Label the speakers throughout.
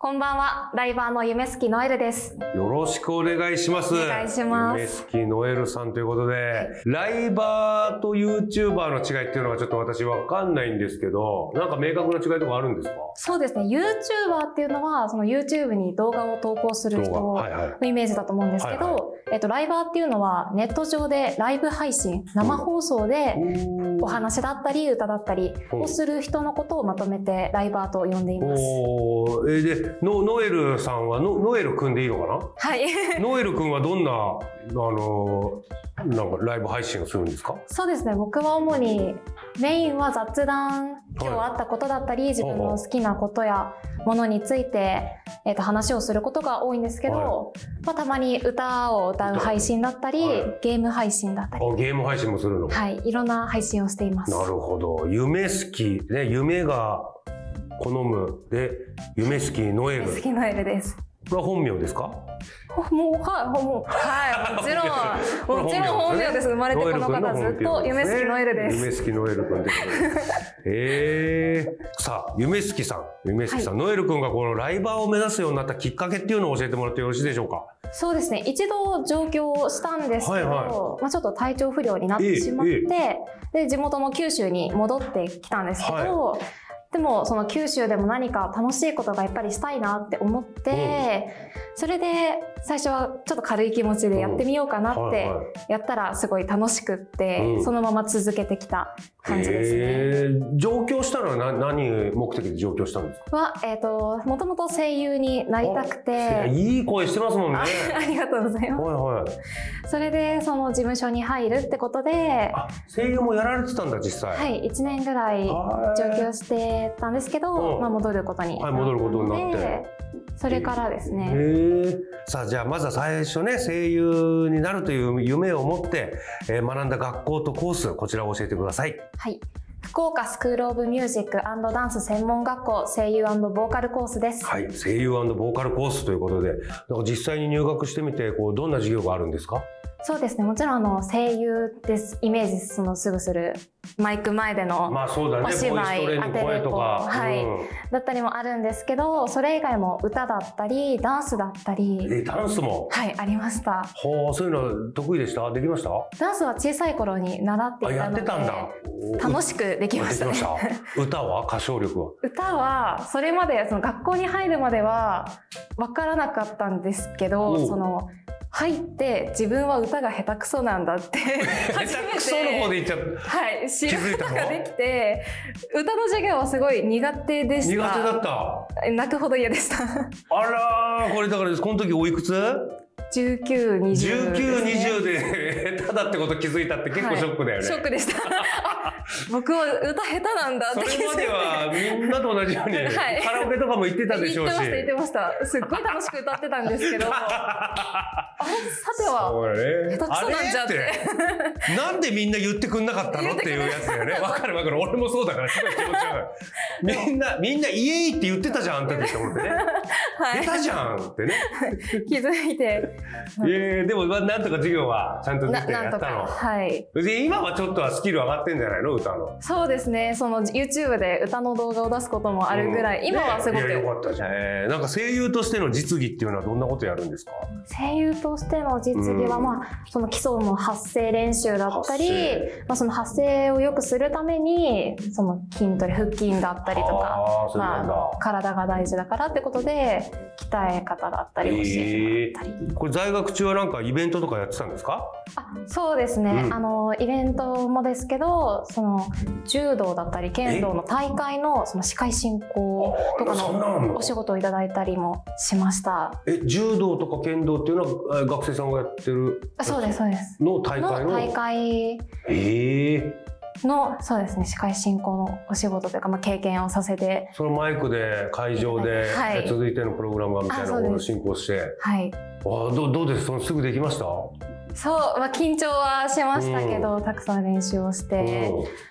Speaker 1: こんばんは、ライバーの夢好きノエルです。
Speaker 2: よろしくお願いします。
Speaker 1: お願いします
Speaker 2: 夢好きノエルさんということで、ライバーと YouTuber の違いっていうのがちょっと私わかんないんですけど、なんか明確な違いとかあるんですか
Speaker 1: そうですね、YouTuber っていうのは、その YouTube に動画を投稿する人
Speaker 2: 動画
Speaker 1: の
Speaker 2: はいはい。
Speaker 1: イメージだと思うんですけど、
Speaker 2: はい
Speaker 1: えっと、ライバーっていうのは、ネット上でライブ配信、生放送で、お話だったり、歌だったりをする人のことをまとめて、ライバーと呼んでいます。
Speaker 2: おーえーでノノエルさんはノノエル君でいいのか
Speaker 1: はい。
Speaker 2: なノエル君はどんなあのーなんかライブ配信をするんですか
Speaker 1: そうですね、僕は主に、メインは雑談、今日あったことだったり、自分の好きなことやものについて、えっと話をすることが多いんですけど、
Speaker 2: は
Speaker 1: まあ、たまに歌を歌う配信だったり、
Speaker 2: はい
Speaker 1: ゲーム配信だったり、
Speaker 2: あゲーム配信もするの、
Speaker 1: はい、いろんな配信をしています。
Speaker 2: なるほど夢好きね夢が好むで夢好きノエル
Speaker 1: 好きなエルです。
Speaker 2: これは本名ですか
Speaker 1: もうはい、もうはい、もちろん、もちろん本名です。生まれてこの方ずっと夢好きのエルです。
Speaker 2: すね。夢好きノエル君ってことです。えー、さあ、夢好きさん、夢好きさん、ノエル君がこのライバーを目指すようになったきっかけっていうのを教えてもらってよろしいでしょうか。
Speaker 1: そうですね。一度上京をしたんですけど、
Speaker 2: はいは
Speaker 1: まあちょっと体調不良になってしまって、
Speaker 2: え
Speaker 1: で地元の九州に戻ってきたんですけど。でもその九州でも何か楽しいことがやっぱりしたいなって思って、それで最初はちょっと軽い気持ちでやってみようかなっ
Speaker 2: はい
Speaker 1: て
Speaker 2: はい
Speaker 1: やったらすごい楽しくって、
Speaker 2: うん
Speaker 1: そのまま続けてきた感じですね。
Speaker 2: えー上京したのはな何目的で上京したんですか。
Speaker 1: は、えっ、と、もともと声優になりたくて、
Speaker 2: いい声してますもんね。は
Speaker 1: あありがとうござい
Speaker 2: い
Speaker 1: ま
Speaker 2: はい。
Speaker 1: す。それで、その事務所に入るってことで、
Speaker 2: あ、声優もやられてたんだ実際。
Speaker 1: はい、1年ぐらい
Speaker 2: は
Speaker 1: 上
Speaker 2: い
Speaker 1: 京してたんですけど、
Speaker 2: うん
Speaker 1: まあ戻ることにな
Speaker 2: はい
Speaker 1: ったので、
Speaker 2: 戻ることになって
Speaker 1: それからです
Speaker 2: へ
Speaker 1: ね、
Speaker 2: ーさあじゃあまずは最初ね声優になるという夢を持って、えー学んだ学校とコースこちらを教えてください。
Speaker 1: はい。福岡スクールオブミュージックダンス専門学校声優ボーカルコースです。
Speaker 2: はい、声優ボーカルコースということで、なんか実際に入学してみてこうどんな授業があるんですか？
Speaker 1: そうですね、もちろんあの声優です、イメージそのすぐするマイク前での
Speaker 2: まあそうだね、
Speaker 1: お芝居
Speaker 2: ボイストレーニング
Speaker 1: 当て
Speaker 2: 声
Speaker 1: る
Speaker 2: と
Speaker 1: と
Speaker 2: か、
Speaker 1: はいだったりもあるんですけどそれ以外も歌だったりダンスだった
Speaker 2: うん
Speaker 1: り
Speaker 2: えダンスも、
Speaker 1: はいありました
Speaker 2: ほうそういうの得意でした？できました？あ
Speaker 1: ダンスは小さい頃に習っていた
Speaker 2: やっ
Speaker 1: の
Speaker 2: て
Speaker 1: で
Speaker 2: たんだ。
Speaker 1: 楽
Speaker 2: し
Speaker 1: しくできましたね
Speaker 2: 歌は歌唱力は。
Speaker 1: 歌はそれまでその学校に入るまでは分からなかったんです
Speaker 2: お
Speaker 1: けど
Speaker 2: う
Speaker 1: その入って自分は歌が下手くそなんだって 初めて
Speaker 2: クソの方で言っちゃった。
Speaker 1: はい知ること
Speaker 2: 気づいた
Speaker 1: が
Speaker 2: の
Speaker 1: できて歌の授業はすごい苦手でし
Speaker 2: 苦手
Speaker 1: た
Speaker 2: だった。
Speaker 1: 泣くほど嫌でした
Speaker 2: あらーこれだからこの時おいくつ？19、
Speaker 1: 1920ですね
Speaker 2: 20で下手だってこと気づいたって結構ショックだよね。
Speaker 1: ショック でした。あ僕は歌下手なんだっ
Speaker 2: そ
Speaker 1: て
Speaker 2: れ
Speaker 1: 気づ
Speaker 2: ま
Speaker 1: いて。
Speaker 2: ではみんなと同じように、
Speaker 1: はい
Speaker 2: カラオケとかも行ってたでし
Speaker 1: 言
Speaker 2: ょ
Speaker 1: っ
Speaker 2: うし。
Speaker 1: てました言ってましたすっごい楽しく歌ってたんですけど あれさては
Speaker 2: そうだね
Speaker 1: 下手くそなんじゃって
Speaker 2: あれってなんでみんな言ってくんなかったのっていうやつだよねわかるわかる俺もそうだからすごい気持ち わかるみんなみんなイエイって言ってたじゃんあんたって思ってね、
Speaker 1: はい
Speaker 2: 下手じゃんってね
Speaker 1: 気づいて
Speaker 2: えー、でも、まあなんとか授業はちゃんと出
Speaker 1: な
Speaker 2: て
Speaker 1: な
Speaker 2: や
Speaker 1: んと
Speaker 2: った
Speaker 1: か
Speaker 2: の。
Speaker 1: はい
Speaker 2: で今はちょっとはスキル上がってんじゃないの歌の。
Speaker 1: そうですねその YouTube で歌の動画を出すこともあるぐらい、
Speaker 2: うん
Speaker 1: 今はすご
Speaker 2: ね
Speaker 1: く
Speaker 2: いやよかったじゃん。えーなんか声優としての実技っていうのはどんなことやるんですか
Speaker 1: 声優としての実技は、
Speaker 2: うん
Speaker 1: まあ、その基礎の発声練習だった
Speaker 2: 発
Speaker 1: り
Speaker 2: 声、
Speaker 1: まあ、その発声を良くするためにその筋トレ腹筋だったりとか、
Speaker 2: ああー、そうなんだ。
Speaker 1: まあ、体が大事だからってことで鍛え方だったり教えてもらったり、
Speaker 2: これ在学中はなんかイベントとかやってたんですか
Speaker 1: あそうですね、
Speaker 2: うん
Speaker 1: あのイベントもですけどその柔道だったり剣道の大会のその司会進行とか
Speaker 2: そんなのあんの
Speaker 1: のお仕事をいただいたりもしました
Speaker 2: え柔道とか剣道っていうのはえー学生さんがやってる
Speaker 1: あそうですそうです
Speaker 2: の大会
Speaker 1: の
Speaker 2: の
Speaker 1: 大会
Speaker 2: ええ
Speaker 1: のそうですね司会進行のお仕事というか、まあ、経験をさせて
Speaker 2: そのマイクで会場で、
Speaker 1: はい
Speaker 2: え続いてのプログラムがみたいな
Speaker 1: あ
Speaker 2: も
Speaker 1: そう
Speaker 2: のを
Speaker 1: です
Speaker 2: 進行して
Speaker 1: はい
Speaker 2: あーどうどうですそのすぐできました、
Speaker 1: そう、まあ、緊張はしましたけど、たくさん練習をして、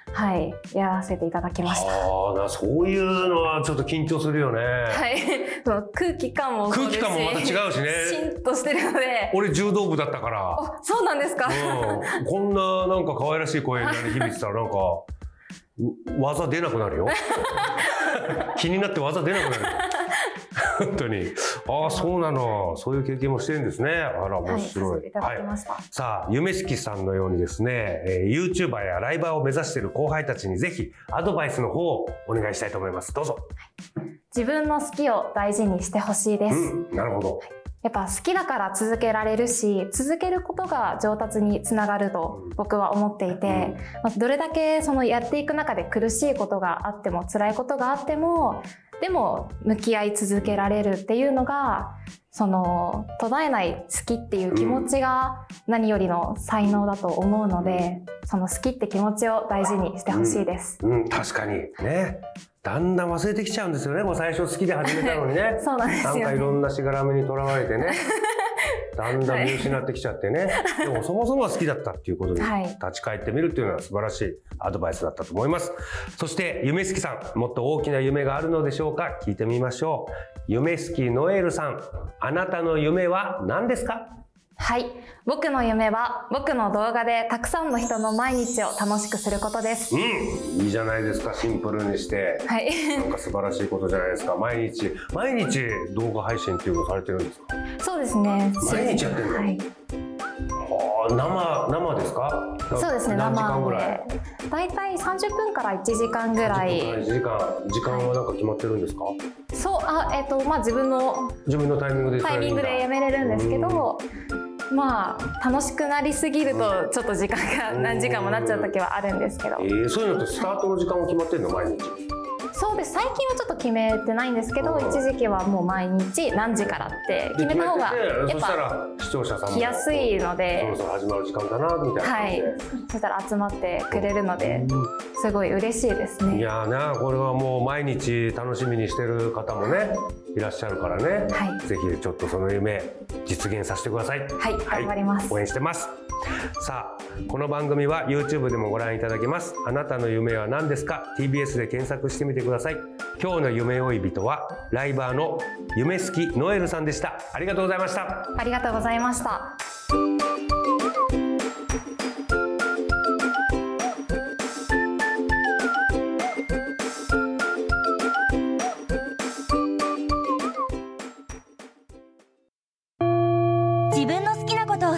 Speaker 2: うん
Speaker 1: はいやらせていただきました
Speaker 2: あーなそういうのはちょっと緊張するよね、
Speaker 1: はい その空気感もそうですし
Speaker 2: 空気感もまた違うしね
Speaker 1: シンと してるので
Speaker 2: 俺柔道部だったから
Speaker 1: あそうなんですか、
Speaker 2: うん、こんななんか可愛らしい声に響いてたらなんかう技出なくな るよ気になって技出なくなるよ本当にああそうなのそういう経験もしてるんですねあら面白
Speaker 1: はいい、させてい、た
Speaker 2: は
Speaker 1: だ
Speaker 2: い
Speaker 1: きました。
Speaker 2: さあ夢式さんのようにですね、えー、YouTuber やライバーを目指している後輩たちにぜひアドバイスの方をお願いしたいと思いますどうぞ、
Speaker 1: 自分の好きを大事にしてほしいです、
Speaker 2: うん、なるほど、
Speaker 1: やっぱ好きだから続けられるし、続けることが上達につながると僕は思っていて、まあどれだけそのやっていく中で苦しいことがあっても辛いことがあっても、でも向き合い続けられるっていうのが、その途絶えない好きっていう気持ちが何よりの才能だと思うので、その好きって気持ちを大事にしてほしいです。
Speaker 2: うんうん、確かにねだんだん忘れてきちゃうんですよねこう最初好きで始めたのにね
Speaker 1: そうなんです
Speaker 2: な
Speaker 1: よ、
Speaker 2: ん
Speaker 1: ね。
Speaker 2: かいろんなしがらみにとらわれ てねだんだん見失ってきちゃってね、でもそもそもは好きだったっていうことに
Speaker 1: はい
Speaker 2: 立ち返ってみるっていうのは素晴らしいアドバイスだったと思いますそして夢すきさんもっと大きな夢があるのでしょうか聞いてみましょう夢すきノエルさんあなたの夢は何ですか
Speaker 1: はい。僕の夢は、僕の動画でたくさんの人の毎日を楽しくすることです。
Speaker 2: うんいいじゃないですかシンプルにして
Speaker 1: はい。
Speaker 2: なんか素晴らしいことじゃないですか毎日毎日動画配信っていうのをされてるんですか
Speaker 1: そうですね。
Speaker 2: 毎日やってんの
Speaker 1: はい。
Speaker 2: あー生生ですか
Speaker 1: そうですね、
Speaker 2: 何時間ぐ
Speaker 1: 生
Speaker 2: らい
Speaker 1: で。だいたい30分から1時間ぐら
Speaker 2: 30分
Speaker 1: い。
Speaker 2: 時間時間はなんか決まってるんですか、
Speaker 1: そう、あ、えっ、と、まあ自分の
Speaker 2: 自分のタイミングで
Speaker 1: タイミングでやめれるんですけど、まあ楽しくなりすぎるとちょっと時間
Speaker 2: う
Speaker 1: が
Speaker 2: ん
Speaker 1: 何時間もなっちゃう時はあるんですけど
Speaker 2: え。ー、そういうのってスタートの時間も決まってるの毎日
Speaker 1: そうです。最近はちょっと決めてないんですけど、
Speaker 2: うん
Speaker 1: 一時期はもう毎日何時からって決めた方が
Speaker 2: で決めてて
Speaker 1: や
Speaker 2: そ
Speaker 1: っ
Speaker 2: した
Speaker 1: ぱ
Speaker 2: ら視聴者さんも
Speaker 1: 来やすいので
Speaker 2: そろそろ始まる時間だなみたいな感
Speaker 1: は
Speaker 2: じ
Speaker 1: い
Speaker 2: で、、
Speaker 1: そしたら集まってくれるので
Speaker 2: うん、
Speaker 1: すごい嬉しいです
Speaker 2: い
Speaker 1: ね。
Speaker 2: やーなこれはもう毎日楽しみにしてる方もねいらっしゃるからね、
Speaker 1: はい
Speaker 2: ぜひちょっとその夢実現させてください
Speaker 1: はい、
Speaker 2: はい
Speaker 1: 頑張ります。
Speaker 2: 応援してますさあこの番組は YouTube でもご覧いただけますあなたの夢は何ですか TBS で検索してみてください今日の夢追い人はライバーの夢好きノエルさんでしたありがとうございました
Speaker 1: ありがとうございました。
Speaker 3: 自分の好きなことを